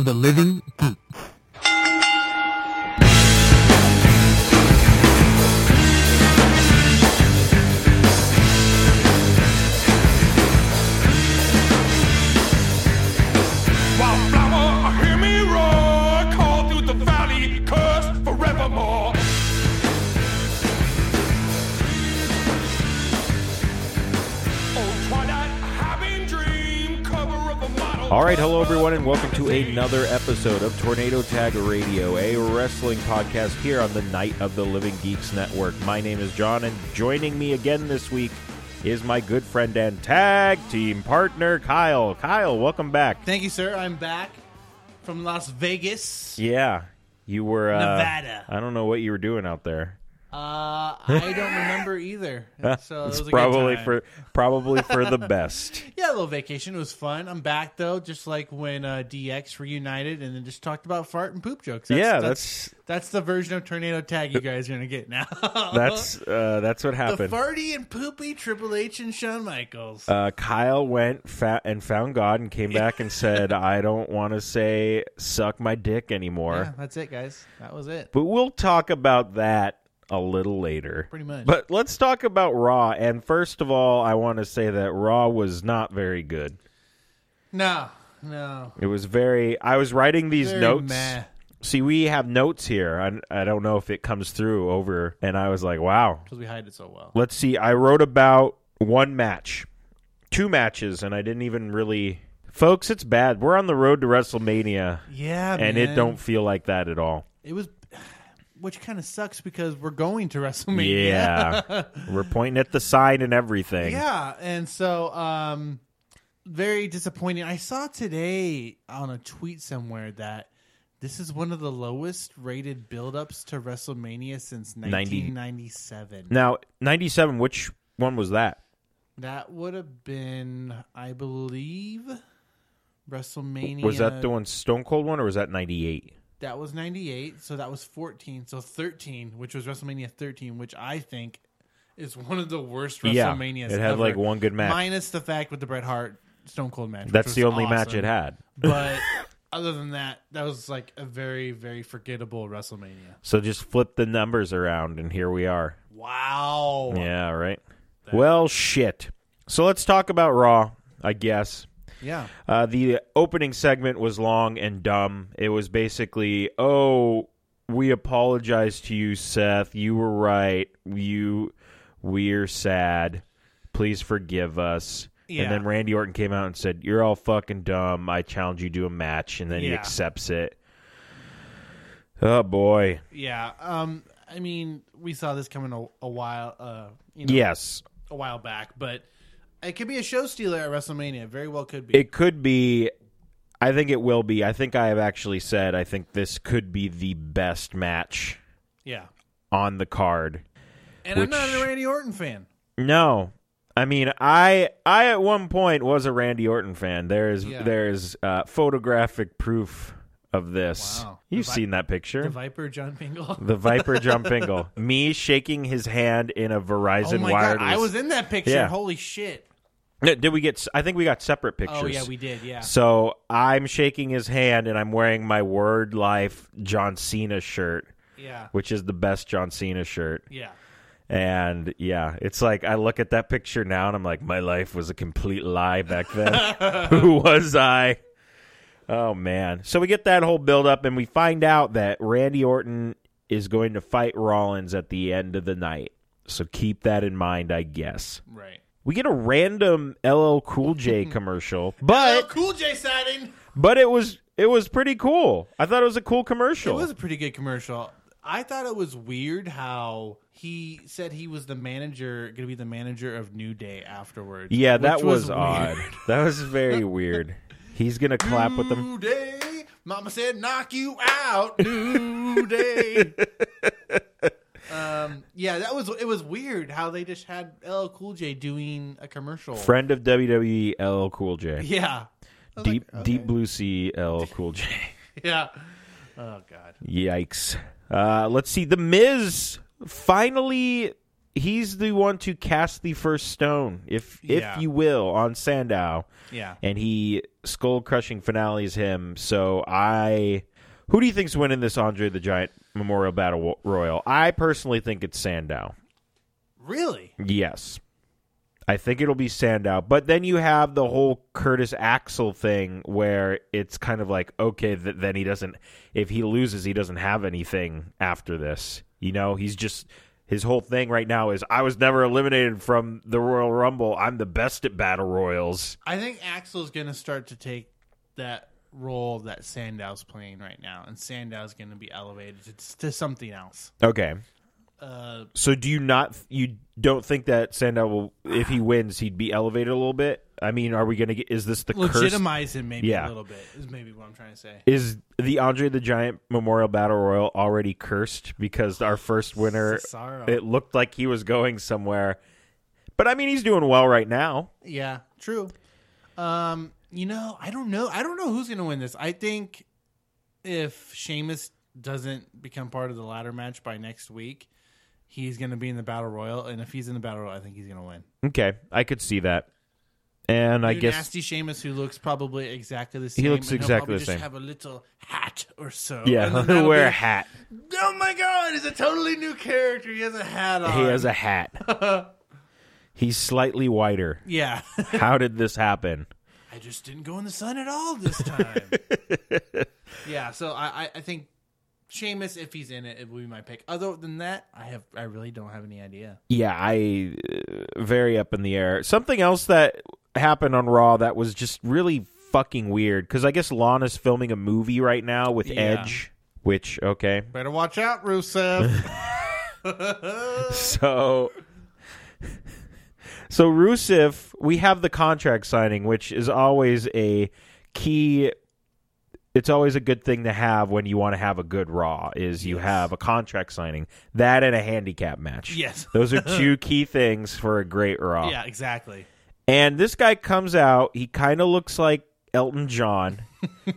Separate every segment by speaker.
Speaker 1: the living geek.
Speaker 2: Wildflower, hear me roar, call through the valley, curse forevermore. Oh, twilight, having dream, cover of a model.
Speaker 3: All right, hello everyone, and welcome to another episode of Tornado Tag Radio, a wrestling podcast here on the Night of the Living Geeks Network. My name is John, and joining me again this week is my good friend and tag team partner Kyle. Kyle, welcome back.
Speaker 4: Thank you, sir. I'm back from Las Vegas.
Speaker 3: Yeah, you were uh,
Speaker 4: Nevada.
Speaker 3: I don't know what you were doing out there.
Speaker 4: Uh, I don't remember either. So it was
Speaker 3: it's
Speaker 4: a good
Speaker 3: probably
Speaker 4: time.
Speaker 3: for probably for the best.
Speaker 4: yeah, a little vacation. It was fun. I'm back though, just like when uh, DX reunited and then just talked about fart and poop jokes. That's,
Speaker 3: Yeah,
Speaker 4: that's,
Speaker 3: that's-
Speaker 4: that's the version of tornado tag you guys are gonna get now. Uh-huh.
Speaker 3: That's uh, that's what
Speaker 4: the
Speaker 3: happened.
Speaker 4: farty and poopy Triple H and Shawn Michaels.
Speaker 3: uh, Kyle went fa- and found God and came back and said, "I don't want to say suck my dick anymore."
Speaker 4: yeah, that's it, guys. That was it.
Speaker 3: But we'll talk about that a little later.
Speaker 4: Pretty much.
Speaker 3: But let's talk about Raw. And first of all, I want to say that Raw was not very good.
Speaker 4: No, no.
Speaker 3: It was very. I was writing these
Speaker 4: Very
Speaker 3: notes.
Speaker 4: meh.
Speaker 3: See, we have notes here. I, I don't know if it comes through over. And I was like, wow.
Speaker 4: Because we hide it so well.
Speaker 3: Let's see. I wrote about one match, two matches, and I didn't even really. Folks, it's bad. We're on the road to WrestleMania,
Speaker 4: Yeah,
Speaker 3: and it
Speaker 4: man.
Speaker 3: don't feel like that at all.
Speaker 4: It was, which kind of sucks because we're going to WrestleMania.
Speaker 3: Yeah. We're pointing at the sign and everything.
Speaker 4: Yeah, and so um very disappointing. I saw today on a tweet somewhere that this is one of the lowest rated build-ups to WrestleMania since 1997.
Speaker 3: Now, 97, which one was that?
Speaker 4: That would have been I believe WrestleMania
Speaker 3: Was that the one Stone Cold one or was that 98?
Speaker 4: That was 98, so that was 14, so 13, which was WrestleMania 13, which I think is one of the worst
Speaker 3: Yeah,
Speaker 4: WrestleManias.
Speaker 3: it had,
Speaker 4: ever.
Speaker 3: like, one good match.
Speaker 4: minus the fact with the Bret Hart Stone Cold match. which
Speaker 3: That's
Speaker 4: was
Speaker 3: the only match
Speaker 4: awesome.
Speaker 3: it had.
Speaker 4: But other than that, that was like a very, very forgettable WrestleMania.
Speaker 3: So just flip the numbers around and here we are.
Speaker 4: Wow.
Speaker 3: Yeah, right. Well, shit. So let's talk about Raw, I guess.
Speaker 4: Yeah.
Speaker 3: Uh, the opening segment was long and dumb. It was basically, "Oh, we apologize to you, Seth. You were right. You, we're sad. Please forgive us."
Speaker 4: Yeah.
Speaker 3: And then Randy Orton came out and said, "You're all fucking dumb. I challenge you to a match." And then he
Speaker 4: Yeah.
Speaker 3: accepts it. Oh boy.
Speaker 4: Yeah. Um, I mean, we saw this coming a, a while, uh, you know,
Speaker 3: Yes.
Speaker 4: a while back, but it could be a show stealer at WrestleMania. It Very well could be.
Speaker 3: It could be. I think it will be. I think I have actually said I think this could be the best match
Speaker 4: yeah.
Speaker 3: on the card.
Speaker 4: And I'm not
Speaker 3: which-
Speaker 4: a Randy Orton fan.
Speaker 3: No. I mean, I I at one point was a Randy Orton fan. There is
Speaker 4: Yeah.
Speaker 3: there is uh, photographic proof of this.
Speaker 4: Wow.
Speaker 3: You've
Speaker 4: The Vi-
Speaker 3: seen that picture.
Speaker 4: The
Speaker 3: The,
Speaker 4: Viper, John Pingle.
Speaker 3: Viper jumpingle. Me shaking his hand in a Verizon
Speaker 4: oh my
Speaker 3: wireless.
Speaker 4: god, I was in that picture.
Speaker 3: Yeah.
Speaker 4: Holy shit.
Speaker 3: No, Did we get? s- I think we got separate pictures.
Speaker 4: Oh yeah, we did. Yeah.
Speaker 3: So I'm shaking his hand and I'm wearing my Word Life John Cena shirt,
Speaker 4: Yeah.
Speaker 3: which is the best John Cena shirt.
Speaker 4: Yeah.
Speaker 3: And yeah, it's like I look at that picture now and I'm like, my life was a complete lie back then. Who was I? Oh man. So we get that whole build up and we find out that Randy Orton is going to fight Rollins at the end of the night. So keep that in mind, I guess.
Speaker 4: Right.
Speaker 3: We get a random LL Cool J commercial, but
Speaker 4: Oh, cool J siding.
Speaker 3: but it was it was pretty cool. I thought it was a cool commercial.
Speaker 4: It was a pretty good commercial. I thought it was weird how he said he was the manager, going to be the manager of New Day afterwards.
Speaker 3: yeah,
Speaker 4: which
Speaker 3: that was,
Speaker 4: weird.
Speaker 3: odd. That was very weird. He's gonna clap with them.
Speaker 4: New Day, Mama said, knock you out, New Day. um, yeah, that was it. Was weird how they just had LL Cool J doing a commercial.
Speaker 3: Friend of WWE LL Cool J.
Speaker 4: yeah,
Speaker 3: Deep Deep Blue Sea LL Cool J.
Speaker 4: yeah. Oh God.
Speaker 3: Yikes. Uh, let's see. The Miz finally he's the one to cast the first stone, if
Speaker 4: Yeah.
Speaker 3: if you will, on Sandow,
Speaker 4: Yeah.
Speaker 3: and he skull crushing finales him. So I, who do you think's winning this Andre the Giant Memorial Battle Wo- Royal? I personally think it's Sandow.
Speaker 4: Really?
Speaker 3: Yes. I think it'll be Sandow. But then you have the whole Curtis Axel thing where it's kind of like, okay, th- then he doesn't, if he loses, he doesn't have anything after this. You know, he's just, his whole thing right now is, I was never eliminated from the Royal Rumble. I'm the best at Battle Royals.
Speaker 4: I think Axel's going to start to take that role that Sandow's playing right now, and Sandow's going to be elevated to, to something else.
Speaker 3: Okay.
Speaker 4: Uh,
Speaker 3: So do you not, you don't think that Sandow will, if he wins, he'd be elevated a little bit? I mean, are we going to get, is this the curse?
Speaker 4: legitimize him maybe
Speaker 3: Yeah.
Speaker 4: a little bit is maybe what I'm trying to say.
Speaker 3: Is the Andre the Giant Memorial Battle Royal already cursed because our first winner
Speaker 4: Cesaro.
Speaker 3: it looked like he was going somewhere. But I mean he's doing well right now.
Speaker 4: Yeah, true. Um, you know, I don't know. I don't know who's gonna win this. I think if Sheamus doesn't become part of the ladder match by next week, he's gonna be in the battle royal. And if he's in the battle royal, I think he's gonna win.
Speaker 3: Okay, I could see that. And I
Speaker 4: New
Speaker 3: guess
Speaker 4: nasty Sheamus, who looks probably exactly the same.
Speaker 3: looks
Speaker 4: and he'll
Speaker 3: exactly
Speaker 4: probably
Speaker 3: the
Speaker 4: just
Speaker 3: same.
Speaker 4: Have a little hat or so.
Speaker 3: yeah,
Speaker 4: And then that'll
Speaker 3: wear a
Speaker 4: be-
Speaker 3: hat.
Speaker 4: Oh my god, he's a totally new character. He has a hat on.
Speaker 3: He has a hat. he's slightly whiter.
Speaker 4: yeah.
Speaker 3: How did this happen?
Speaker 4: I just didn't go in the sun at all this time. yeah, so I, I, I think Seamus, if he's in it, it would be my pick. Other than that, I have I really don't have any idea.
Speaker 3: Yeah, I uh, very up in the air. Something else that happened on Raw that was just really fucking weird because I guess Lana's filming a movie right now with
Speaker 4: Yeah.
Speaker 3: Edge, which okay.
Speaker 4: Better watch out, Rusev.
Speaker 3: So, so Rusev, we have the contract signing, which is always a key. It's always a good thing to have when you want to have a good Raw. Is you have a contract signing that and a handicap match.
Speaker 4: Yes.
Speaker 3: those are two key things for a great Raw.
Speaker 4: yeah, exactly.
Speaker 3: And this guy comes out. He kind of looks like Elton John,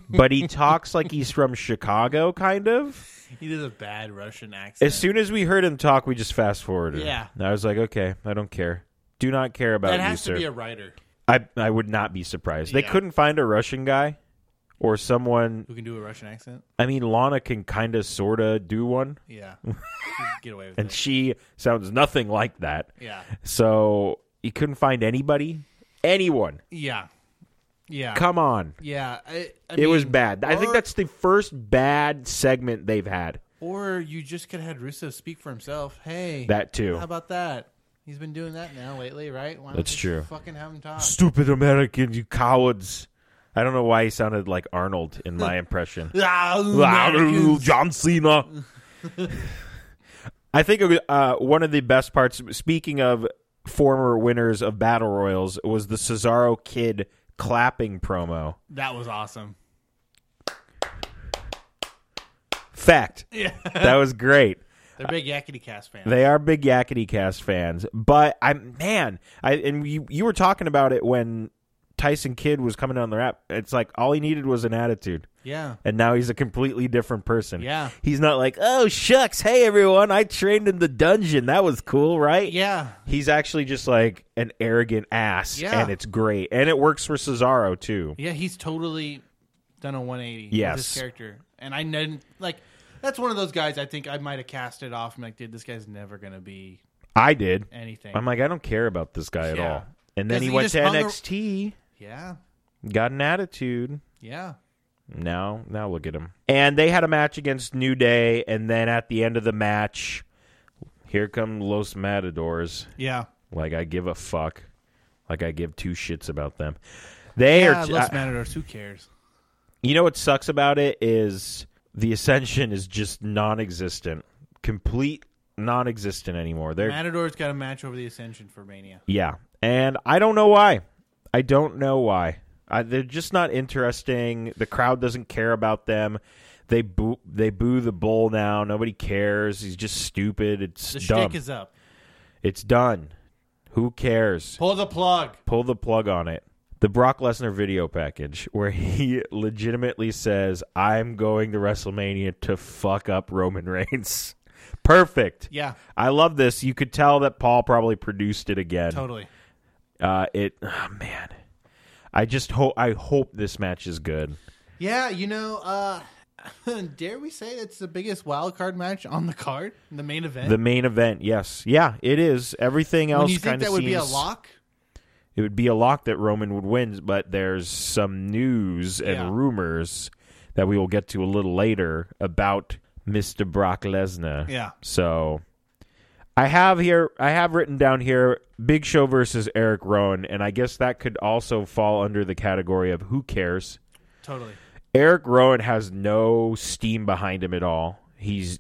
Speaker 3: but he talks like he's from Chicago, kind of.
Speaker 4: He does a bad Russian accent.
Speaker 3: As soon as we heard him talk, we just fast forwarded.
Speaker 4: Yeah.
Speaker 3: And I was like, okay, I don't care. Do not care about
Speaker 4: that
Speaker 3: you,
Speaker 4: has
Speaker 3: sir.
Speaker 4: to be a writer
Speaker 3: I I would not be surprised. They
Speaker 4: Yeah.
Speaker 3: couldn't find a Russian guy or someone.
Speaker 4: who can do a Russian accent.
Speaker 3: I mean, Lana can kind of sort of do one,
Speaker 4: Yeah, You can get away with
Speaker 3: and
Speaker 4: it.
Speaker 3: she sounds nothing like that.
Speaker 4: Yeah,
Speaker 3: So you couldn't find anybody, anyone.
Speaker 4: yeah, yeah,
Speaker 3: Come on.
Speaker 4: yeah. I, I
Speaker 3: it was
Speaker 4: mean,
Speaker 3: bad. I think
Speaker 4: or-
Speaker 3: that's the first bad segment they've had.
Speaker 4: Or you just could have had Rusev speak for himself. Hey,
Speaker 3: That too.
Speaker 4: How about that? He's been doing that now lately, right? Why don't
Speaker 3: That's
Speaker 4: you
Speaker 3: true.
Speaker 4: Fucking have him talk.
Speaker 3: Stupid Americans, you cowards. I don't know why he sounded like Arnold in my impression.
Speaker 4: Americans.
Speaker 3: John Cena. I think uh, one of the best parts, speaking of former winners of battle royals, was the Cesaro kid clapping promo.
Speaker 4: That was awesome.
Speaker 3: Fact. Yeah. that was great.
Speaker 4: They're big Yakety Cast fans.
Speaker 3: They are big Yakety Cast fans, but I'm man. I and you you were talking about it when Tyson Kidd was coming down the rap. It's like all he needed was an attitude.
Speaker 4: yeah.
Speaker 3: and now he's a completely different person.
Speaker 4: Yeah.
Speaker 3: He's not like, oh, shucks, hey, everyone, I trained in the dungeon. That was cool, right?
Speaker 4: Yeah.
Speaker 3: He's actually just like an arrogant ass,
Speaker 4: Yeah.
Speaker 3: and it's great. And it works for Cesaro, too.
Speaker 4: Yeah, he's totally done a 180 with
Speaker 3: Yes.
Speaker 4: his character. And I didn't like that's one of those guys I think I might have cast it off and like, dude, this guy's never gonna be
Speaker 3: I did.
Speaker 4: anything.
Speaker 3: I'm like, I don't care about this guy at
Speaker 4: Yeah.
Speaker 3: all. And then
Speaker 4: 'Cause
Speaker 3: he
Speaker 4: he
Speaker 3: went
Speaker 4: just
Speaker 3: to
Speaker 4: hung ar-
Speaker 3: NXT,
Speaker 4: yeah.
Speaker 3: got an attitude.
Speaker 4: Yeah.
Speaker 3: Now, now look at him. And they had a match against New Day, and then at the end of the match, here come Los Matadors.
Speaker 4: Yeah.
Speaker 3: Like I give a fuck. Like I give two shits about them. They
Speaker 4: Yeah,
Speaker 3: are.
Speaker 4: Los
Speaker 3: I-
Speaker 4: Ah, Matadors, who cares?
Speaker 3: you know what sucks about it is the ascension is just non-existent, complete non-existent anymore. They're
Speaker 4: Matadors got a match over the Ascension for Mania.
Speaker 3: yeah, and I don't know why. I don't know why. I, they're just not interesting. The crowd doesn't care about them. They boo. They boo the bull now. Nobody cares. He's just stupid. It's
Speaker 4: The
Speaker 3: dumb.
Speaker 4: shtick is up.
Speaker 3: it's done. Who cares?
Speaker 4: Pull the plug.
Speaker 3: pull the plug on it. The Brock Lesnar video package where he legitimately says, "I'm going to WrestleMania to fuck up Roman Reigns." Perfect.
Speaker 4: Yeah,
Speaker 3: I love this. You could tell that Paul probably produced it again.
Speaker 4: totally.
Speaker 3: Uh, it, oh, man. I just hope. I hope this match is good.
Speaker 4: Yeah, you know, uh dare we say that's the biggest wild card match on the card, the main event?
Speaker 3: The main event, yes, yeah, it is. Everything
Speaker 4: Eh. when
Speaker 3: else
Speaker 4: you
Speaker 3: kind
Speaker 4: think
Speaker 3: of
Speaker 4: that
Speaker 3: seems
Speaker 4: would be a lock?
Speaker 3: it would be a lock that Roman would win, but there's some news and
Speaker 4: Yeah.
Speaker 3: rumors that we will get to a little later about Mr. Brock Lesnar.
Speaker 4: Yeah.
Speaker 3: So I have here I have written down here Big Show versus Eric Rowan, and I guess that could also fall under the category of who cares.
Speaker 4: Totally.
Speaker 3: Eric Rowan has no steam behind him at all. He's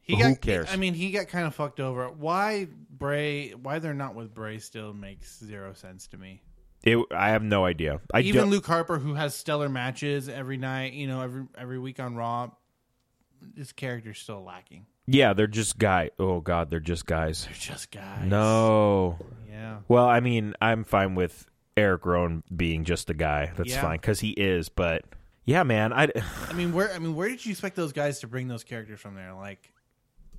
Speaker 4: He
Speaker 3: Who
Speaker 4: got,
Speaker 3: cares?
Speaker 4: I mean, he got kind of fucked over. Why Bray? Why they're not with Bray still makes zero sense to me.
Speaker 3: it, I have no idea. I
Speaker 4: Even
Speaker 3: don't-
Speaker 4: Luke Harper, who has stellar matches every night, you know, every every week on Raw, his character's still lacking.
Speaker 3: yeah, they're just guy. Oh God, they're just guys.
Speaker 4: They're just guys.
Speaker 3: No,
Speaker 4: Yeah.
Speaker 3: Well, I mean, I'm fine with Eric Rowan being just a guy. That's
Speaker 4: Yeah.
Speaker 3: fine because he is. But yeah, man, I
Speaker 4: I mean, where I mean, where did you expect those guys to bring those characters from? There, like,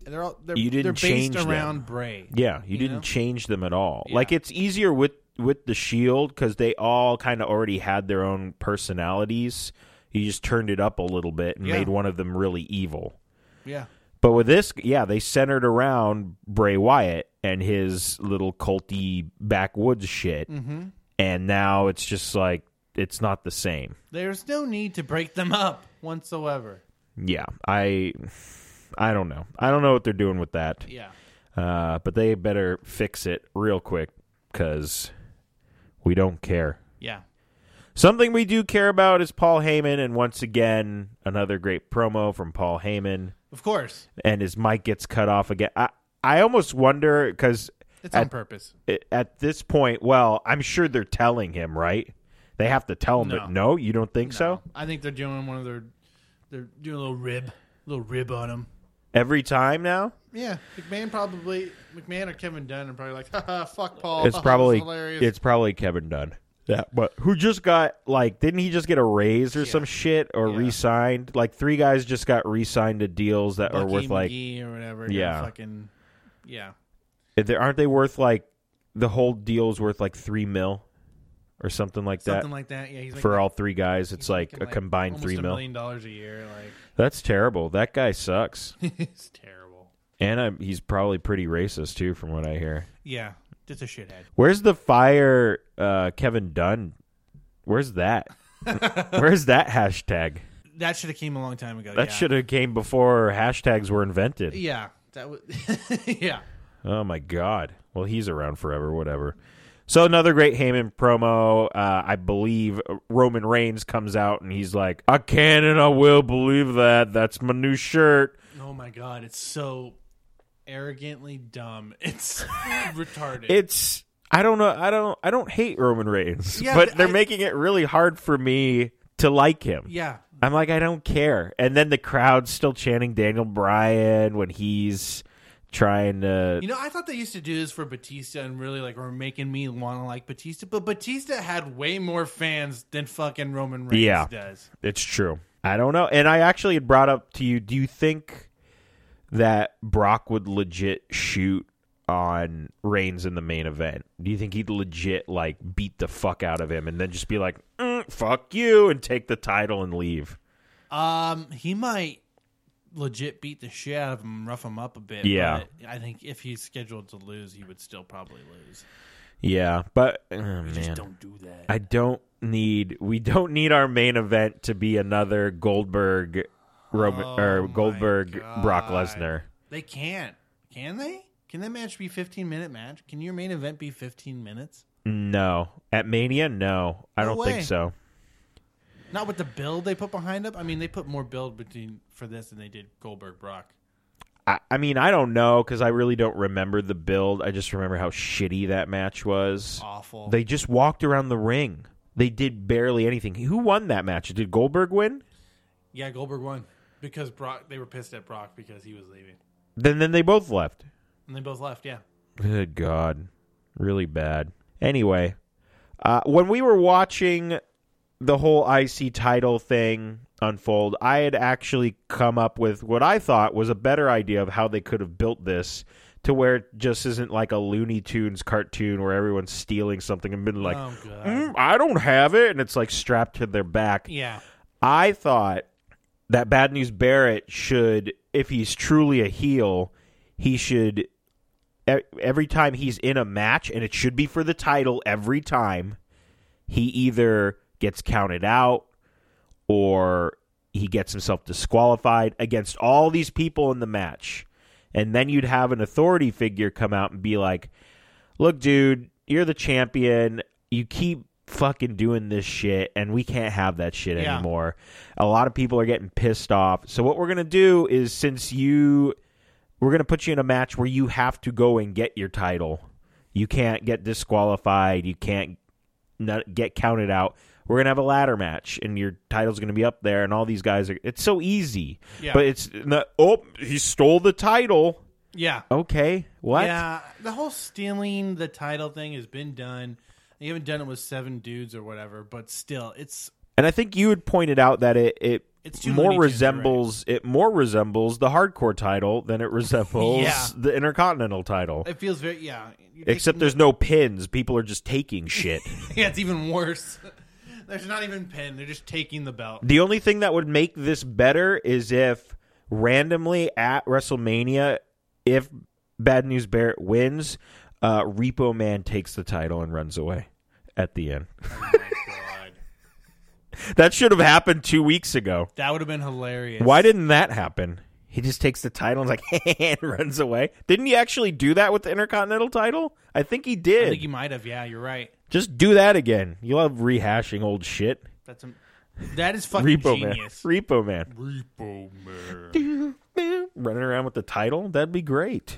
Speaker 4: they're all they're,
Speaker 3: You didn't
Speaker 4: they're
Speaker 3: change
Speaker 4: based
Speaker 3: them.
Speaker 4: around Bray.
Speaker 3: yeah, you,
Speaker 4: You
Speaker 3: didn't
Speaker 4: know?
Speaker 3: change them at all.
Speaker 4: Yeah.
Speaker 3: Like it's easier with with the Shield because they all kind of already had their own personalities. You just turned it up a little bit and
Speaker 4: Yeah.
Speaker 3: made one of them really evil.
Speaker 4: Yeah,
Speaker 3: But with this, yeah, they centered around Bray Wyatt and his little culty backwoods shit, and now it's just like it's not the same.
Speaker 4: there's no need to break them up whatsoever.
Speaker 3: yeah i i don't know i don't know what they're doing with that
Speaker 4: Yeah,
Speaker 3: uh, but they better fix it real quick because we don't care
Speaker 4: yeah,
Speaker 3: something we do care about is paul heyman and once again another great promo from paul heyman
Speaker 4: of course,
Speaker 3: and his mic gets cut off again i i almost wonder because
Speaker 4: it's on
Speaker 3: at,
Speaker 4: purpose.
Speaker 3: at this point well i'm sure they're telling him right they have to tell him
Speaker 4: No.
Speaker 3: that no you don't think so
Speaker 4: I think they're doing one of their they're doing a little rib, little rib on them.
Speaker 3: every time now
Speaker 4: Yeah, McMahon probably McMahon or Kevin Dunn are probably like, haha, fuck Paul.
Speaker 3: it's
Speaker 4: Oh, That's
Speaker 3: probably
Speaker 4: hilarious.
Speaker 3: it's probably Kevin Dunn. Yeah, but who just got like didn't he just get a raise or some shit or
Speaker 4: Yeah.
Speaker 3: re-signed? Like three guys just got re-signed to deals that are
Speaker 4: Bucky
Speaker 3: worth like
Speaker 4: McGee or whatever. Yeah,
Speaker 3: Yeah.
Speaker 4: fucking yeah.
Speaker 3: they- aren't they worth like the whole deal is worth like three mil or something like
Speaker 4: Something
Speaker 3: that
Speaker 4: like that. Yeah, he's like
Speaker 3: for all three guys. It's like a
Speaker 4: making,
Speaker 3: combined
Speaker 4: almost
Speaker 3: three
Speaker 4: a
Speaker 3: mil.
Speaker 4: million dollars a year.
Speaker 3: That's terrible. That guy sucks,
Speaker 4: Like it's terrible.
Speaker 3: and I'm, he's probably pretty racist too, from what I hear.
Speaker 4: Yeah, just a shithead.
Speaker 3: Where's the fire, uh, Kevin Dunn? Where's that? Where's that hashtag?
Speaker 4: That should have came a long time ago.
Speaker 3: That
Speaker 4: yeah.
Speaker 3: should have came before hashtags were invented.
Speaker 4: Yeah, that was. yeah,
Speaker 3: Oh my god. Well, he's around forever. Whatever. So another great Heyman promo. Uh, I believe Roman Reigns comes out and he's like, "I can and I will believe that. That's my new shirt."
Speaker 4: Oh my god, it's so arrogantly dumb. It's retarded.
Speaker 3: It's I don't know. I don't. I don't hate Roman Reigns,
Speaker 4: Yeah,
Speaker 3: but
Speaker 4: but
Speaker 3: they're
Speaker 4: I-
Speaker 3: making it really hard for me to like him.
Speaker 4: yeah,
Speaker 3: I'm like, I don't care. And then the crowd's still chanting Daniel Bryan when he's trying to.
Speaker 4: you know, I thought they used to do this for Batista and really like were making me want to like Batista, but Batista had way more fans than fucking Roman Reigns
Speaker 3: Yeah.
Speaker 4: does.
Speaker 3: It's true. I don't know. And I actually had brought up to you do you think that Brock would legit shoot on Reigns in the main event? Do you think he'd legit, like, beat the fuck out of him and then just be like, mm, fuck you, and take the title and leave?
Speaker 4: Um, he might legit beat the shit out of him, rough him up a bit.
Speaker 3: Yeah.
Speaker 4: but I think if he's scheduled to lose, he would still probably lose.
Speaker 3: Yeah. But, oh,
Speaker 4: Just
Speaker 3: man.
Speaker 4: don't do that.
Speaker 3: I don't need, we don't need our main event to be another Goldberg, Roman, or
Speaker 4: Oh my
Speaker 3: Goldberg Brock
Speaker 4: God.
Speaker 3: Lesnar.
Speaker 4: They can't. Can they? Can that match be 15 minute match? Can your main event be 15 minutes?
Speaker 3: No. At Mania? No. I
Speaker 4: No
Speaker 3: don't
Speaker 4: way.
Speaker 3: think so.
Speaker 4: Not with the build they put behind up. I mean, they put more build between for this than they did Goldberg Brock.
Speaker 3: I, I mean, I don't know because I really don't remember the build. I just remember how shitty that match was.
Speaker 4: Awful.
Speaker 3: They just walked around the ring. They did barely anything. Who won that match? Did Goldberg win?
Speaker 4: yeah, Goldberg won because Brock. They were pissed at Brock because he was leaving,
Speaker 3: Then then they both left.
Speaker 4: and they both left. Yeah.
Speaker 3: Good God, really bad. Anyway, uh, when we were watching the whole IC title thing, unfold, I had actually come up with what I thought was a better idea of how they could have built this to where it just isn't like a Looney Tunes cartoon where everyone's stealing something and been like,
Speaker 4: oh god.
Speaker 3: "Mm, I don't have it. And it's like strapped to their back.
Speaker 4: Yeah.
Speaker 3: I thought that Bad News Barrett should, if he's truly a heel, he should e- every time he's in a match, and it should be for the title every time. He either gets counted out or he gets himself disqualified against all these people in the match. And then you'd have an authority figure come out and be like, look, dude, you're the champion. You keep fucking doing this shit, and we can't have that shit
Speaker 4: Yeah.
Speaker 3: anymore. A lot of people are getting pissed off. So, what we're going to do is since you, we're going to put you in a match where you have to go and get your title. You can't get disqualified. You can't not get counted out. We're gonna have a ladder match, and your title's gonna be up there, and all these guys are. It's so easy,
Speaker 4: Yeah.
Speaker 3: but it's not, oh, he stole the title.
Speaker 4: Yeah.
Speaker 3: Okay, what?
Speaker 4: Yeah, the whole stealing the title thing has been done. They haven't done it with seven dudes or whatever, but still, it's
Speaker 3: And I think you had pointed out that it it
Speaker 4: It's too Looney
Speaker 3: more
Speaker 4: Tunes,
Speaker 3: resembles it more resembles the hardcore title than it resembles
Speaker 4: Yeah.
Speaker 3: the intercontinental title.
Speaker 4: it feels very yeah. you're
Speaker 3: Except
Speaker 4: taking-
Speaker 3: there's no pins. People are just taking shit.
Speaker 4: yeah, it's even worse. There's not even pin. They're just taking the belt.
Speaker 3: The only thing that would make this better is if randomly at WrestleMania, if Bad News Barrett wins, uh, Repo Man takes the title and runs away at the end.
Speaker 4: God.
Speaker 3: That should have happened two weeks ago.
Speaker 4: That would have been hilarious.
Speaker 3: Why didn't that happen? He just takes the title and's like and runs away. Didn't he actually do that with the Intercontinental title? I think he
Speaker 4: I
Speaker 3: did.
Speaker 4: think you might have. Yeah, you're right.
Speaker 3: Just do that again. You love rehashing old shit.
Speaker 4: That's a, that is fucking
Speaker 3: Repo
Speaker 4: genius.
Speaker 3: Man. Repo Man.
Speaker 4: Repo man.
Speaker 3: running around with the title that'd be great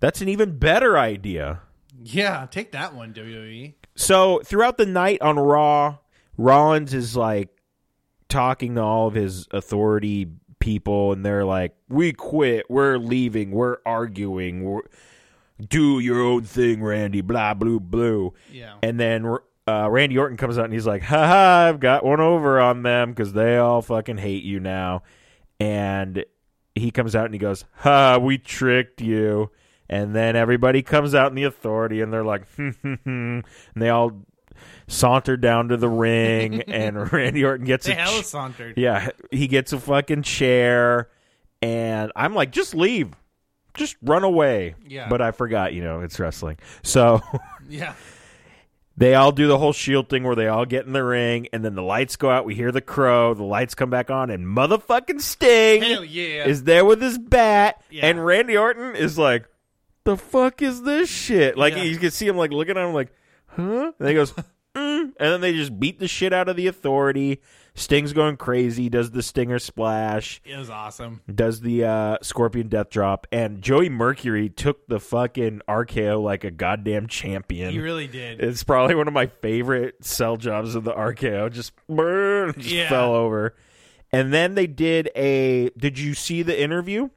Speaker 3: that's an even better idea
Speaker 4: Yeah, take that one, E. WWE.
Speaker 3: so throughout the night on raw rollins is like talking to all of his authority people and they're like we quit we're leaving we're arguing we're do your own thing randy blah blue blue
Speaker 4: Yeah.
Speaker 3: and then uh, Randy Orton comes out and he's like, "Ha ha! I've got one over on them because they all fucking hate you now." And he comes out and he goes, "Ha! We tricked you." And then everybody comes out in the authority and they're like, "Hmm, hmm, hmm." and they all saunter down to the ring and Randy Orton gets
Speaker 4: They
Speaker 3: a
Speaker 4: hella
Speaker 3: ch-
Speaker 4: sauntered.
Speaker 3: yeah, he gets a fucking chair, and I'm like, just leave, just run away.
Speaker 4: Yeah.
Speaker 3: But I forgot, you know, it's wrestling, so.
Speaker 4: Yeah.
Speaker 3: They all do the whole shield thing where they all get in the ring and then the lights go out. We hear the crow, the lights come back on, and motherfucking Sting
Speaker 4: Hell yeah.
Speaker 3: is there with his bat.
Speaker 4: Yeah.
Speaker 3: And Randy Orton is like, the fuck is this shit? Like,
Speaker 4: Yeah.
Speaker 3: you can see him like looking at him like, huh? And he goes, mm. and then they just beat the shit out of the authority. Sting's going crazy, does the Stinger splash
Speaker 4: it was awesome.
Speaker 3: does the uh, Scorpion Death Drop, and Joey Mercury took the fucking RKO like a goddamn champion.
Speaker 4: He really did.
Speaker 3: it's probably one of my favorite sell jobs of the RKO. Just, brrr, just
Speaker 4: Yeah.
Speaker 3: fell over. And then they did a. Did you see the interview?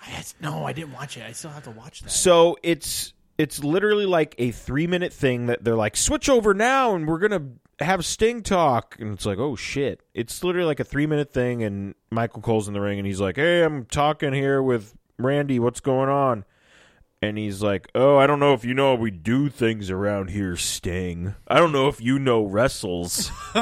Speaker 4: I had- no, I didn't watch it. I still have to watch that.
Speaker 3: So it's it's literally like a three minute thing that they're like switch over now and we're gonna have Sting talk and it's like oh shit it's literally like a three minute thing and Michael Cole's in the ring and he's like hey I'm talking here with Randy what's going on and he's like oh I don't know if you know how we do things around here Sting I don't know if you know wrestles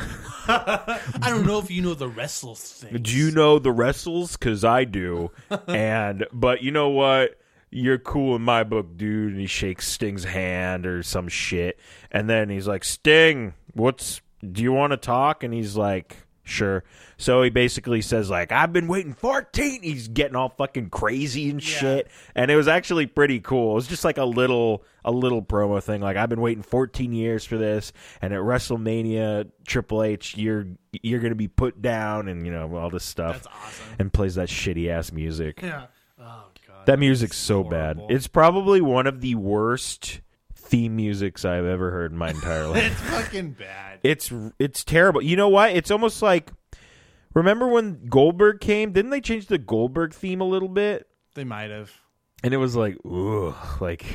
Speaker 4: I don't know if you know the wrestle thing.
Speaker 3: do you know the wrestles because I do and but you know what you're cool in my book, dude. And he shakes Sting's hand or some shit. And then he's like, Sting, what's, do you want to talk? And he's like, sure. So he basically says, like, I've been waiting 14. He's getting all fucking crazy and shit. And it was actually pretty cool. It was just like a little, a little promo thing. Like, I've been waiting 14 years for this. And at WrestleMania, Triple H, you're, you're going to be put down and, you know, all this stuff.
Speaker 4: That's awesome.
Speaker 3: And plays that shitty ass music.
Speaker 4: Yeah. Oh god.
Speaker 3: That music's so
Speaker 4: horrible.
Speaker 3: bad. It's probably one of the worst theme musics I've ever heard in my entire life.
Speaker 4: it's fucking bad.
Speaker 3: It's it's terrible. You know what? It's almost like remember when Goldberg came? Didn't they change the Goldberg theme a little bit?
Speaker 4: They might have.
Speaker 3: And it was like, ooh, like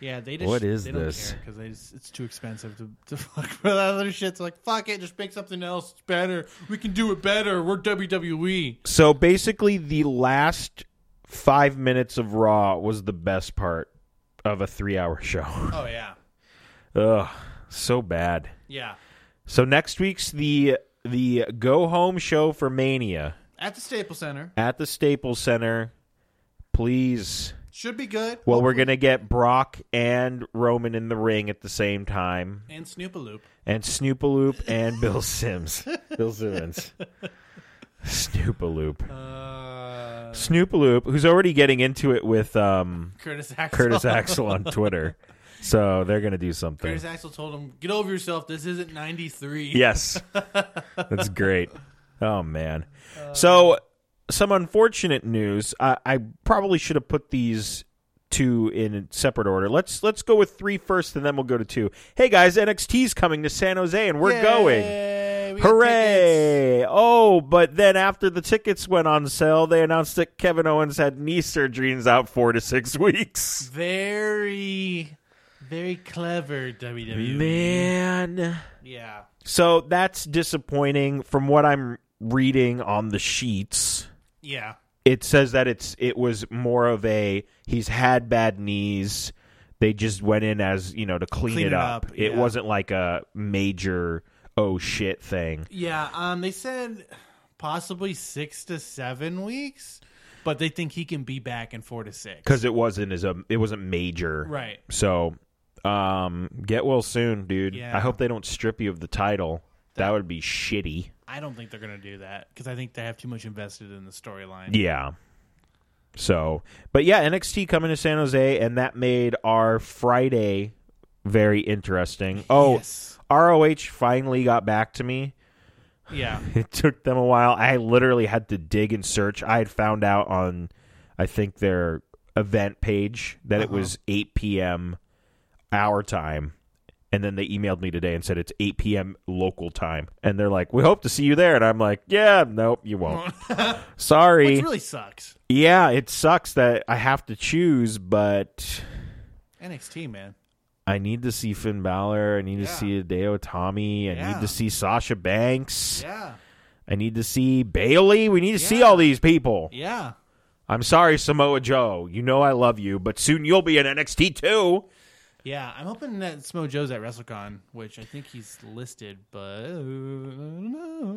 Speaker 4: Yeah, they just
Speaker 3: What is
Speaker 4: they don't
Speaker 3: this?
Speaker 4: care because it's too expensive to, to fuck for that other shit. So like, fuck it, just make something else It's better. We can do it better. We're E." WWE.
Speaker 3: So basically, the last five minutes of Raw was the best part of a three-hour show.
Speaker 4: Oh yeah,
Speaker 3: Ugh, so bad.
Speaker 4: yeah.
Speaker 3: So next week's the the go home show for Mania
Speaker 4: At the Staples Center
Speaker 3: at the Staples Center. Please.
Speaker 4: should be good.
Speaker 3: Well, we're gonna get Brock and Roman in the ring at the same time,
Speaker 4: and Snoop a Loop.
Speaker 3: and Snoopaloop and Bill Sims, Bill Simmons, Snoopaloop,
Speaker 4: Uh,
Speaker 3: Snoopaloop, who's already getting into it with um,
Speaker 4: Curtis Axel.
Speaker 3: Curtis Axel on Twitter. So they're gonna do something.
Speaker 4: Curtis Axel told him, "Get over yourself. This isn't '93."
Speaker 3: Yes. That's great. Oh, man.
Speaker 4: Uh,
Speaker 3: So, some unfortunate news. I, I probably should have put these two in separate order. Let's let's go with three first, and then we'll go to two. Hey guys, NXT's coming to San Jose, and we're going.
Speaker 4: going.
Speaker 3: Hooray! Oh, but then after the tickets went on sale, they announced that Kevin Owens had knee surgery and is out four to six weeks.
Speaker 4: Very, very clever WWE.
Speaker 3: Man.
Speaker 4: Yeah.
Speaker 3: So that's disappointing from what I'm reading on the sheets.
Speaker 4: Yeah.
Speaker 3: It says that it's it was more of a he's had bad knees. They just went in as, you know, to clean,
Speaker 4: Clean
Speaker 3: it
Speaker 4: it
Speaker 3: up.
Speaker 4: up,
Speaker 3: It
Speaker 4: yeah.
Speaker 3: wasn't like a major oh shit thing.
Speaker 4: Yeah, um, they said possibly six to seven weeks, but they think he can be back in four to six.
Speaker 3: Cuz it wasn't as a it wasn't major.
Speaker 4: right,
Speaker 3: So um get well soon, dude.
Speaker 4: Yeah.
Speaker 3: I hope they don't strip you of the title. That would be shitty.
Speaker 4: I don't think they're gonna do that because I think they have too much invested in the storyline.
Speaker 3: Yeah. So, but yeah, NXT coming to San Jose, and that made our Friday very interesting. Oh,
Speaker 4: Yes.
Speaker 3: ROH finally got back to me.
Speaker 4: Yeah,
Speaker 3: It took them a while. I literally had to dig and search. I had found out on, I think, their event page that
Speaker 4: Uh-huh.
Speaker 3: it was 8 p.m. our time. And then they emailed me today and said it's 8 p.m. local time. And they're like, we hope to see you there. And I'm like, yeah, nope, you won't. Sorry.
Speaker 4: which really sucks.
Speaker 3: Yeah, it sucks that I have to choose, but
Speaker 4: NXT man,
Speaker 3: I need to see Finn Balor. I need to
Speaker 4: Yeah.
Speaker 3: see Hideo Tommy. I
Speaker 4: Yeah.
Speaker 3: need to see Sasha Banks.
Speaker 4: yeah,
Speaker 3: I need to see Bailey. We need to see
Speaker 4: Yeah.
Speaker 3: all these people.
Speaker 4: yeah,
Speaker 3: I'm sorry, Samoa Joe. You know I love you, but soon you'll be in NXT too.
Speaker 4: yeah. I'm hoping that Smo Joe's at WrestleCon, which I think he's listed, but I don't know.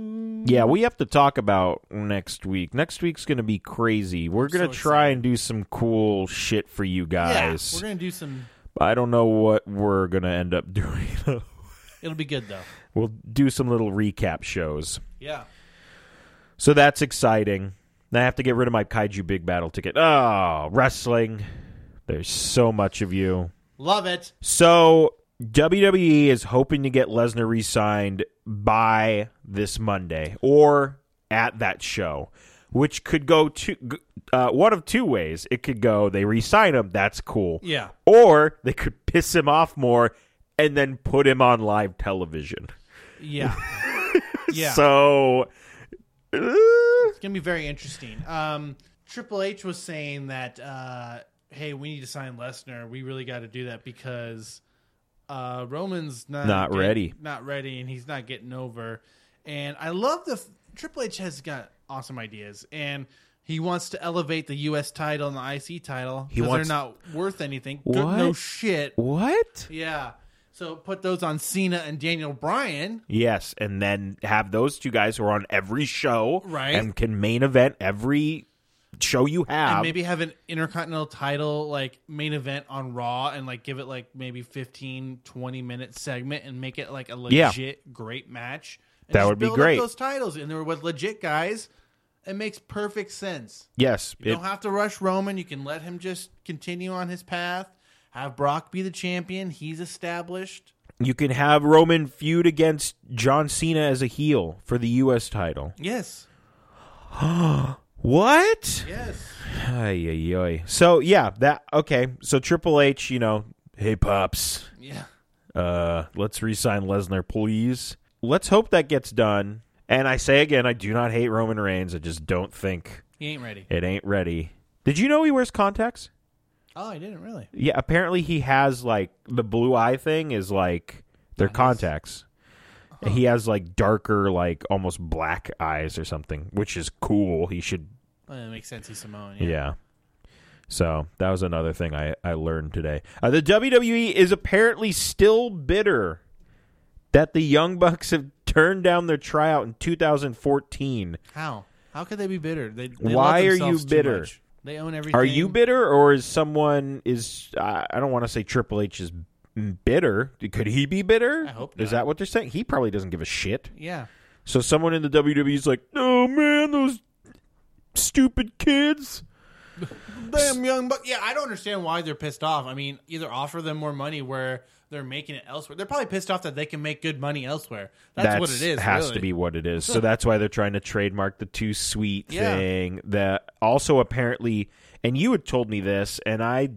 Speaker 3: Yeah, we have to talk about next week. Next week's going to be crazy. We're going to
Speaker 4: so
Speaker 3: try and do some cool shit for you
Speaker 4: Yeah,
Speaker 3: guys.
Speaker 4: we're gonna do some.
Speaker 3: I don't know what we're going to end up doing. though.
Speaker 4: It'll be good though.
Speaker 3: we'll do some little recap shows.
Speaker 4: Yeah.
Speaker 3: So that's exciting. Now I have to get rid of my kaiju big battle ticket. Oh, wrestling. There's so much of you.
Speaker 4: Love it.
Speaker 3: So WWE is hoping to get Lesnar re signed by this Monday or at that show, which could go to uh, one of two ways. It could go, they re sign him, that's cool.
Speaker 4: Yeah.
Speaker 3: Or they could piss him off more and then put him on live television.
Speaker 4: Yeah. yeah.
Speaker 3: So. uh,
Speaker 4: It's gonna be very interesting. Um, Triple H was saying that, uh, hey, we need to sign Lesnar. We really got to do that because uh, Roman's not
Speaker 3: Not ready.
Speaker 4: not ready, and he's not getting over. And I love the Triple H has got awesome ideas, and he wants to elevate the U.S. title and the IC title because they're
Speaker 3: wants-
Speaker 4: not worth anything.
Speaker 3: What?
Speaker 4: No shit.
Speaker 3: what?
Speaker 4: Yeah. So put those on Cena and Daniel Bryan.
Speaker 3: Yes, and then have those two guys who are on every show,
Speaker 4: Right.
Speaker 3: and can main event every show you have.
Speaker 4: and maybe have an intercontinental title like main event on raw and like give it like maybe 15 20 minute segment and make it like a
Speaker 3: Yeah.
Speaker 4: legit great match And
Speaker 3: That
Speaker 4: just
Speaker 3: would be
Speaker 4: build up
Speaker 3: great.
Speaker 4: those titles and they're with legit guys it makes perfect sense
Speaker 3: yes,
Speaker 4: you
Speaker 3: it-
Speaker 4: don't have to rush roman you can let him just continue on his path have brock be the champion he's established
Speaker 3: you can have Roman feud against John Cena as a heel for the U.S. title.
Speaker 4: yes
Speaker 3: What?
Speaker 4: yes
Speaker 3: Ay, ay, ay. So yeah, that okay. So Triple H, you know, hey pops,
Speaker 4: yeah
Speaker 3: uh, let's resign Lesnar, please. Let's hope that gets done. And I say again, I do not hate Roman Reigns. I just don't think
Speaker 4: he ain't ready
Speaker 3: it ain't ready. Did you know he wears contacts?
Speaker 4: Oh, I didn't really.
Speaker 3: Yeah, apparently he has like the blue eye thing is like their contacts. And He has like darker, like almost black eyes or something, which is cool. He should,
Speaker 4: Well, that makes sense. He's Samoan.
Speaker 3: yeah. So that was another thing I I learned today. Uh, the WWE is apparently still bitter that the Young Bucks have turned down their tryout in 2014.
Speaker 4: How? How could they be bitter? They, they love
Speaker 3: Why are
Speaker 4: themselves
Speaker 3: you
Speaker 4: too
Speaker 3: bitter?
Speaker 4: much. They own everything.
Speaker 3: Are you bitter, or is someone is? I I don't want to say Triple H is bitter. Could he be bitter?
Speaker 4: I hope
Speaker 3: Is
Speaker 4: not.
Speaker 3: that what they're saying? He probably doesn't give a shit.
Speaker 4: Yeah.
Speaker 3: So someone in the WWE is like, "Oh man, those stupid kids."
Speaker 4: Damn young buck. Yeah, I don't understand why they're pissed off. I mean, either offer them more money where they're making it elsewhere. They're probably pissed off that they can make good money elsewhere. That's, what it is.
Speaker 3: Has
Speaker 4: really.
Speaker 3: to be what it is. So that's why they're trying to trademark the too sweet
Speaker 4: Yeah.
Speaker 3: thing. That also apparently, and you had told me this, and I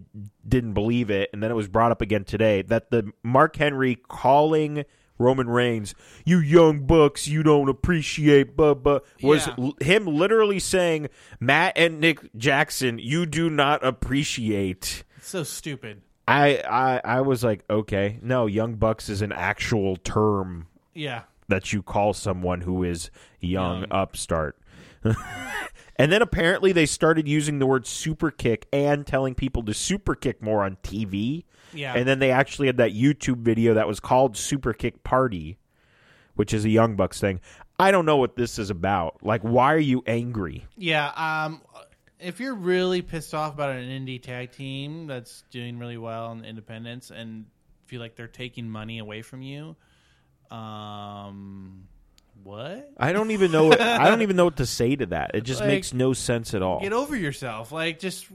Speaker 3: didn't believe it, and then it was brought up again today that the Mark Henry calling Roman Reigns, "You young bucks, you don't appreciate," blah blah, was
Speaker 4: Yeah.
Speaker 3: l- him literally saying, "Matt and Nick Jackson, you do not appreciate."
Speaker 4: It's so stupid.
Speaker 3: I, I I was like, okay, no, young bucks is an actual term
Speaker 4: Yeah.
Speaker 3: that you call someone who is young upstart. and then apparently they started using the word super kick and telling people to super kick more on TV.
Speaker 4: Yeah.
Speaker 3: And then they actually had that YouTube video that was called Super Kick Party, which is a Young Bucks thing. I don't know what this is about. Like, why are you angry?
Speaker 4: Yeah. Um, if you're really pissed off about an indie tag team that's doing really well on independence and feel like they're taking money away from you, um, what?
Speaker 3: I don't even know. What, I don't even know what to say to that. It just
Speaker 4: Like,
Speaker 3: makes no sense at all.
Speaker 4: Get over yourself. Like, just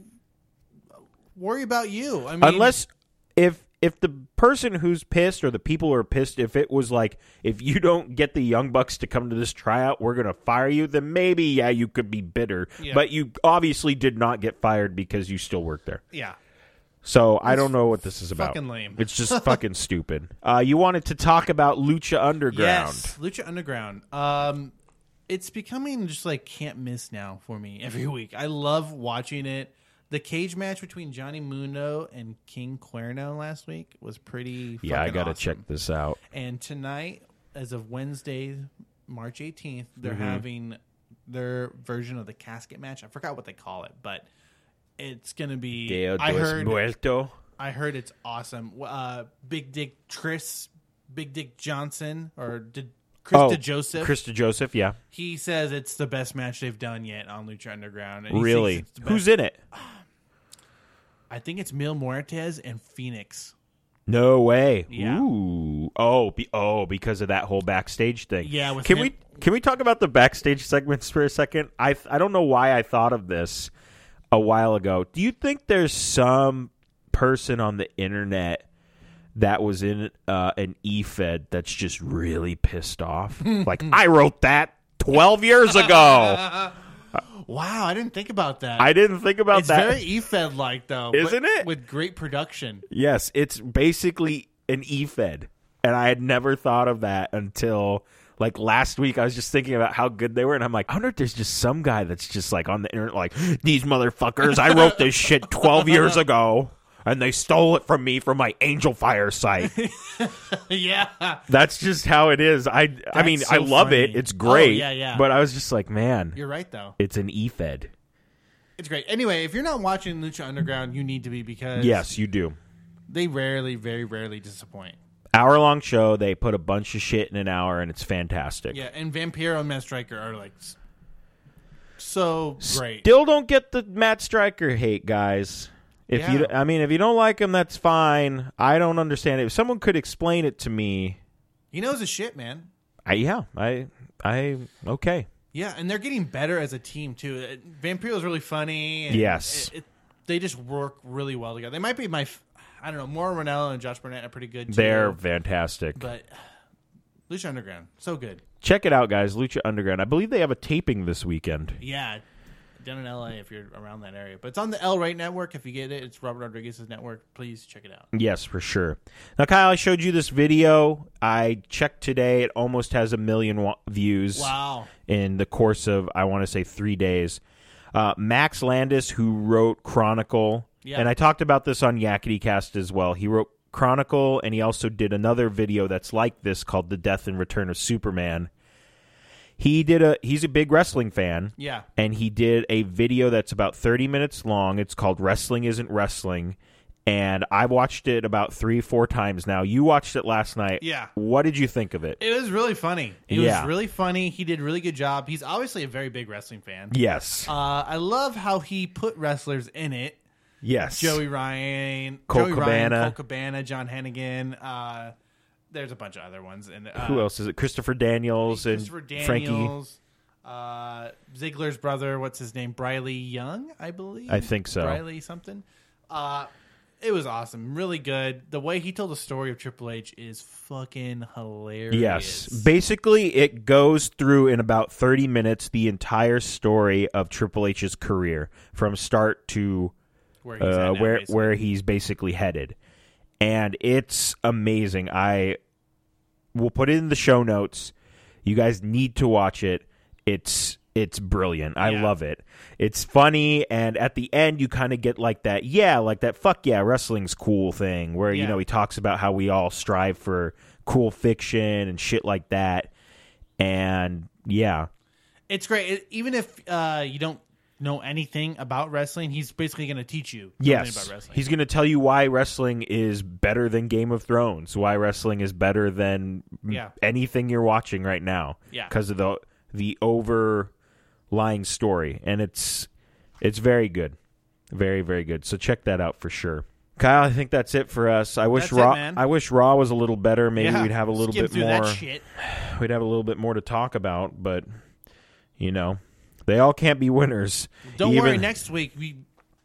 Speaker 4: worry about you. I mean,
Speaker 3: unless if if the person who's pissed or the people who are pissed if it was like if you don't get the young bucks to come to this tryout we're going to fire you then maybe yeah you could be bitter
Speaker 4: Yeah.
Speaker 3: but you obviously did not get fired because you still work there
Speaker 4: yeah.
Speaker 3: so i don't know what this is about
Speaker 4: fucking lame.
Speaker 3: it's just fucking stupid uh, you wanted to talk about lucha underground
Speaker 4: Yes, Lucha Underground. Um, it's becoming just like can't miss now for me every week. I love watching it. The cage match between Johnny Mundo and King Cuerno last week was pretty.
Speaker 3: yeah i
Speaker 4: fucking
Speaker 3: gotta
Speaker 4: awesome.
Speaker 3: check this out
Speaker 4: And tonight, as of Wednesday, March 18th, they're
Speaker 3: Mm-hmm.
Speaker 4: having their version of the casket match. I forgot what they call it, but it's gonna be. I heard.
Speaker 3: muerto
Speaker 4: I heard it's awesome. W- Uh, Big Dick Chris, Big Dick Johnson, or did Chris
Speaker 3: oh,
Speaker 4: Joseph?
Speaker 3: krista joseph yeah
Speaker 4: He says it's the best match they've done yet on Lucha Underground. and he
Speaker 3: really
Speaker 4: thinks it's the best.
Speaker 3: who's in it
Speaker 4: I think it's Mil Muertes and Phoenix.
Speaker 3: No way.
Speaker 4: Yeah.
Speaker 3: Ooh. Oh, be, oh, because of that whole backstage thing.
Speaker 4: Yeah, with
Speaker 3: can
Speaker 4: him-
Speaker 3: we can we talk about the backstage segments for a second? I th- I don't know why I thought of this a while ago. Do you think there's some person on the internet that was in uh, an e-fed that's just really pissed off? like I wrote that 12 years ago.
Speaker 4: Wow, I didn't think about that.
Speaker 3: I didn't think about
Speaker 4: it's
Speaker 3: that.
Speaker 4: very E EFED like though,
Speaker 3: Isn't
Speaker 4: but
Speaker 3: it?
Speaker 4: With great production.
Speaker 3: Yes, it's basically an e-fed. And I had never thought of that until like last week. I was just thinking about how good they were, and I'm like, I wonder if there's just some guy that's just like on the internet, like these motherfuckers. I wrote this shit 12 years ago, and they stole it from me from my Angel Fire site.
Speaker 4: yeah,
Speaker 3: That's just how it is. I I mean,
Speaker 4: That's
Speaker 3: I
Speaker 4: so
Speaker 3: love it.
Speaker 4: funny.
Speaker 3: It's great.
Speaker 4: Oh, yeah, yeah.
Speaker 3: But I was just like, man,
Speaker 4: you're right though.
Speaker 3: it's an e-fed.
Speaker 4: It's great. Anyway, if you're not watching Lucha Underground, you need to be because
Speaker 3: Yes, you do.
Speaker 4: they rarely, very rarely disappoint.
Speaker 3: Hour long show. They put a bunch of shit in an hour, and it's fantastic.
Speaker 4: Yeah, and Vampiro and Matt Striker are like s- so great.
Speaker 3: Still don't get the Matt Striker hate, guys. If you,
Speaker 4: Yeah.
Speaker 3: I mean, if you don't like him, that's fine. I don't understand it. If someone could explain it to me,
Speaker 4: he knows his shit, man.
Speaker 3: I, yeah, I, I, okay.
Speaker 4: Yeah, and they're getting better as a team too. Uh, Vampiro's really funny. and
Speaker 3: Yes.
Speaker 4: it- it- they just work really well together. They might be my, f- I don't know, Maura Ranello and Josh Burnett are pretty good. Too,
Speaker 3: They're fantastic.
Speaker 4: but Lucha Underground, so good.
Speaker 3: Check it out, guys. Lucha Underground. I believe they have a taping this weekend.
Speaker 4: Yeah, down in LA if you're around that area. But it's on the L Right Network. If you get it, it's Robert Rodriguez's network. Please check it out.
Speaker 3: Yes, for sure. Now, Kyle, I showed you this video. I checked today; it almost has a million wa- views.
Speaker 4: Wow.
Speaker 3: in the course of I want to say three days. Uh, Max Landis, who wrote Chronicle,
Speaker 4: Yeah.
Speaker 3: And I talked about this on Yakety Cast as well. He wrote Chronicle, and he also did another video that's like this called "The Death and Return of Superman." He did a. He's a big wrestling fan
Speaker 4: Yeah.
Speaker 3: and he did a video that's about 30 minutes long. It's called Wrestling Isn't Wrestling. And I've watched it about three, four times now. You watched it last night.
Speaker 4: Yeah.
Speaker 3: What did you think of it?
Speaker 4: It was really funny. It
Speaker 3: Yeah.
Speaker 4: was really funny. He did a really good job. He's obviously a very big wrestling fan.
Speaker 3: yes.
Speaker 4: Uh, I love how he put wrestlers in it.
Speaker 3: yes.
Speaker 4: Joey Ryan,
Speaker 3: Cole
Speaker 4: Joey
Speaker 3: Cabana.
Speaker 4: Ryan, Cole Cabana, John Hennigan. Uh, there's a bunch of other ones. And uh,
Speaker 3: Who else is it? Christopher Daniels
Speaker 4: Christopher
Speaker 3: and Frankie.
Speaker 4: Daniels, uh, Ziggler's brother. What's his name? Briley Young, I believe.
Speaker 3: I think so.
Speaker 4: Briley something. Uh, it was awesome. Really good. The way he told the story of Triple H is fucking hilarious.
Speaker 3: Yes. Basically, it goes through in about 30 minutes the entire story of Triple H's career from start to
Speaker 4: where he's
Speaker 3: uh,
Speaker 4: at now,
Speaker 3: where
Speaker 4: basically.
Speaker 3: where he's basically headed, and it's amazing. I will put it in the show notes. You guys need to watch it. It's it's brilliant. I
Speaker 4: Yeah.
Speaker 3: love it. It's funny, and at the end, you kind of get like that. Yeah, like that. Fuck yeah, wrestling's cool thing where you
Speaker 4: Yeah.
Speaker 3: know he talks about how we all strive for cool fiction and shit like that. And yeah,
Speaker 4: it's great. It- even if uh, you don't know anything about wrestling, he's basically going to teach you something
Speaker 3: Yes.
Speaker 4: about wrestling.
Speaker 3: He's going to tell you why wrestling is better than Game of Thrones, why wrestling is better than m-
Speaker 4: Yeah.
Speaker 3: anything you're watching right now.
Speaker 4: Yeah.
Speaker 3: Because of the the overlying story. And it's it's very good. Very, very good. So check that out for sure. Kyle, I think that's it for us. I wish
Speaker 4: That's it,
Speaker 3: Raw
Speaker 4: man.
Speaker 3: I wish Raw was a little better. Maybe
Speaker 4: Yeah.
Speaker 3: we'd have a little
Speaker 4: Skim
Speaker 3: bit
Speaker 4: through
Speaker 3: more
Speaker 4: That shit.
Speaker 3: we'd have a little bit more to talk about, but you know, they all can't be winners.
Speaker 4: Don't
Speaker 3: Even-
Speaker 4: worry. Next week we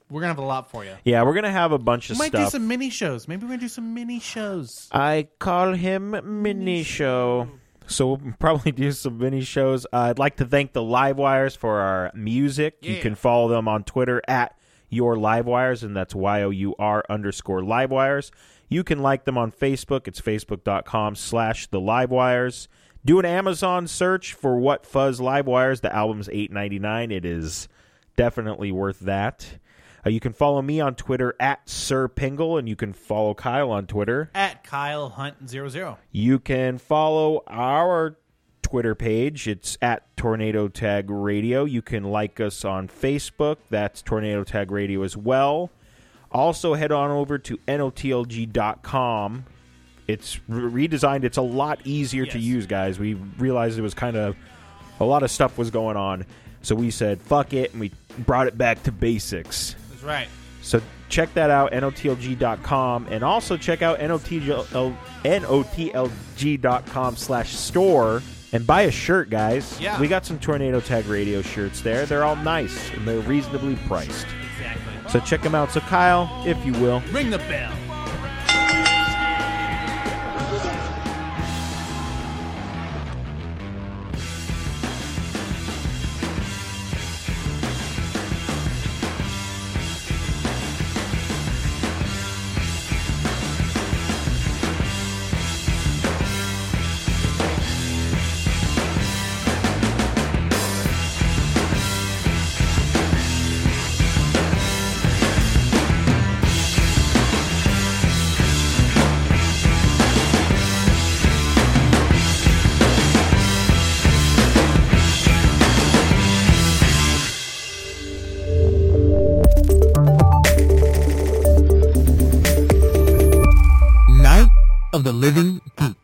Speaker 4: we're gonna have a lot for you.
Speaker 3: Yeah, we're gonna have a bunch of
Speaker 4: We might
Speaker 3: stuff.
Speaker 4: do some mini shows. Maybe we're gonna do some mini shows.
Speaker 3: I call him Mini Show. So we'll probably do some mini shows. Uh, I'd like to thank the Livewires for our music. You
Speaker 4: Yeah.
Speaker 3: can follow them on Twitter at your Livewires, and that's Y O U R underscore Livewires. You can like them on Facebook. It's facebook.com slash the Livewires. Do an Amazon search for What Fuzz Livewires. The album's eight ninety nine. It is definitely worth that. Uh, you can follow me on Twitter at Sir Pingle, and you can follow Kyle on Twitter
Speaker 4: At Kyle Hunt zero zero.
Speaker 3: you can follow our Twitter page. It's at Tornado Tag Radio. You can like us on Facebook. That's Tornado Tag Radio as well. Also, head on over to NOTLG.com. It's re- redesigned. It's a lot easier to
Speaker 4: Yes.
Speaker 3: use, guys. We realized it was kind of a lot of stuff was going on. So we said, fuck it, and we brought it back to basics.
Speaker 4: That's right.
Speaker 3: So check that out, notlg.com, and also check out NOTL, notlg.com slash store and buy a shirt, guys.
Speaker 4: Yeah.
Speaker 3: We got some Tornado Tag Radio shirts there. They're all nice, and they're reasonably priced.
Speaker 4: Exactly.
Speaker 3: So check them out. So, Kyle, if you will,
Speaker 4: Ring the bell.
Speaker 1: Night of the Living Geek.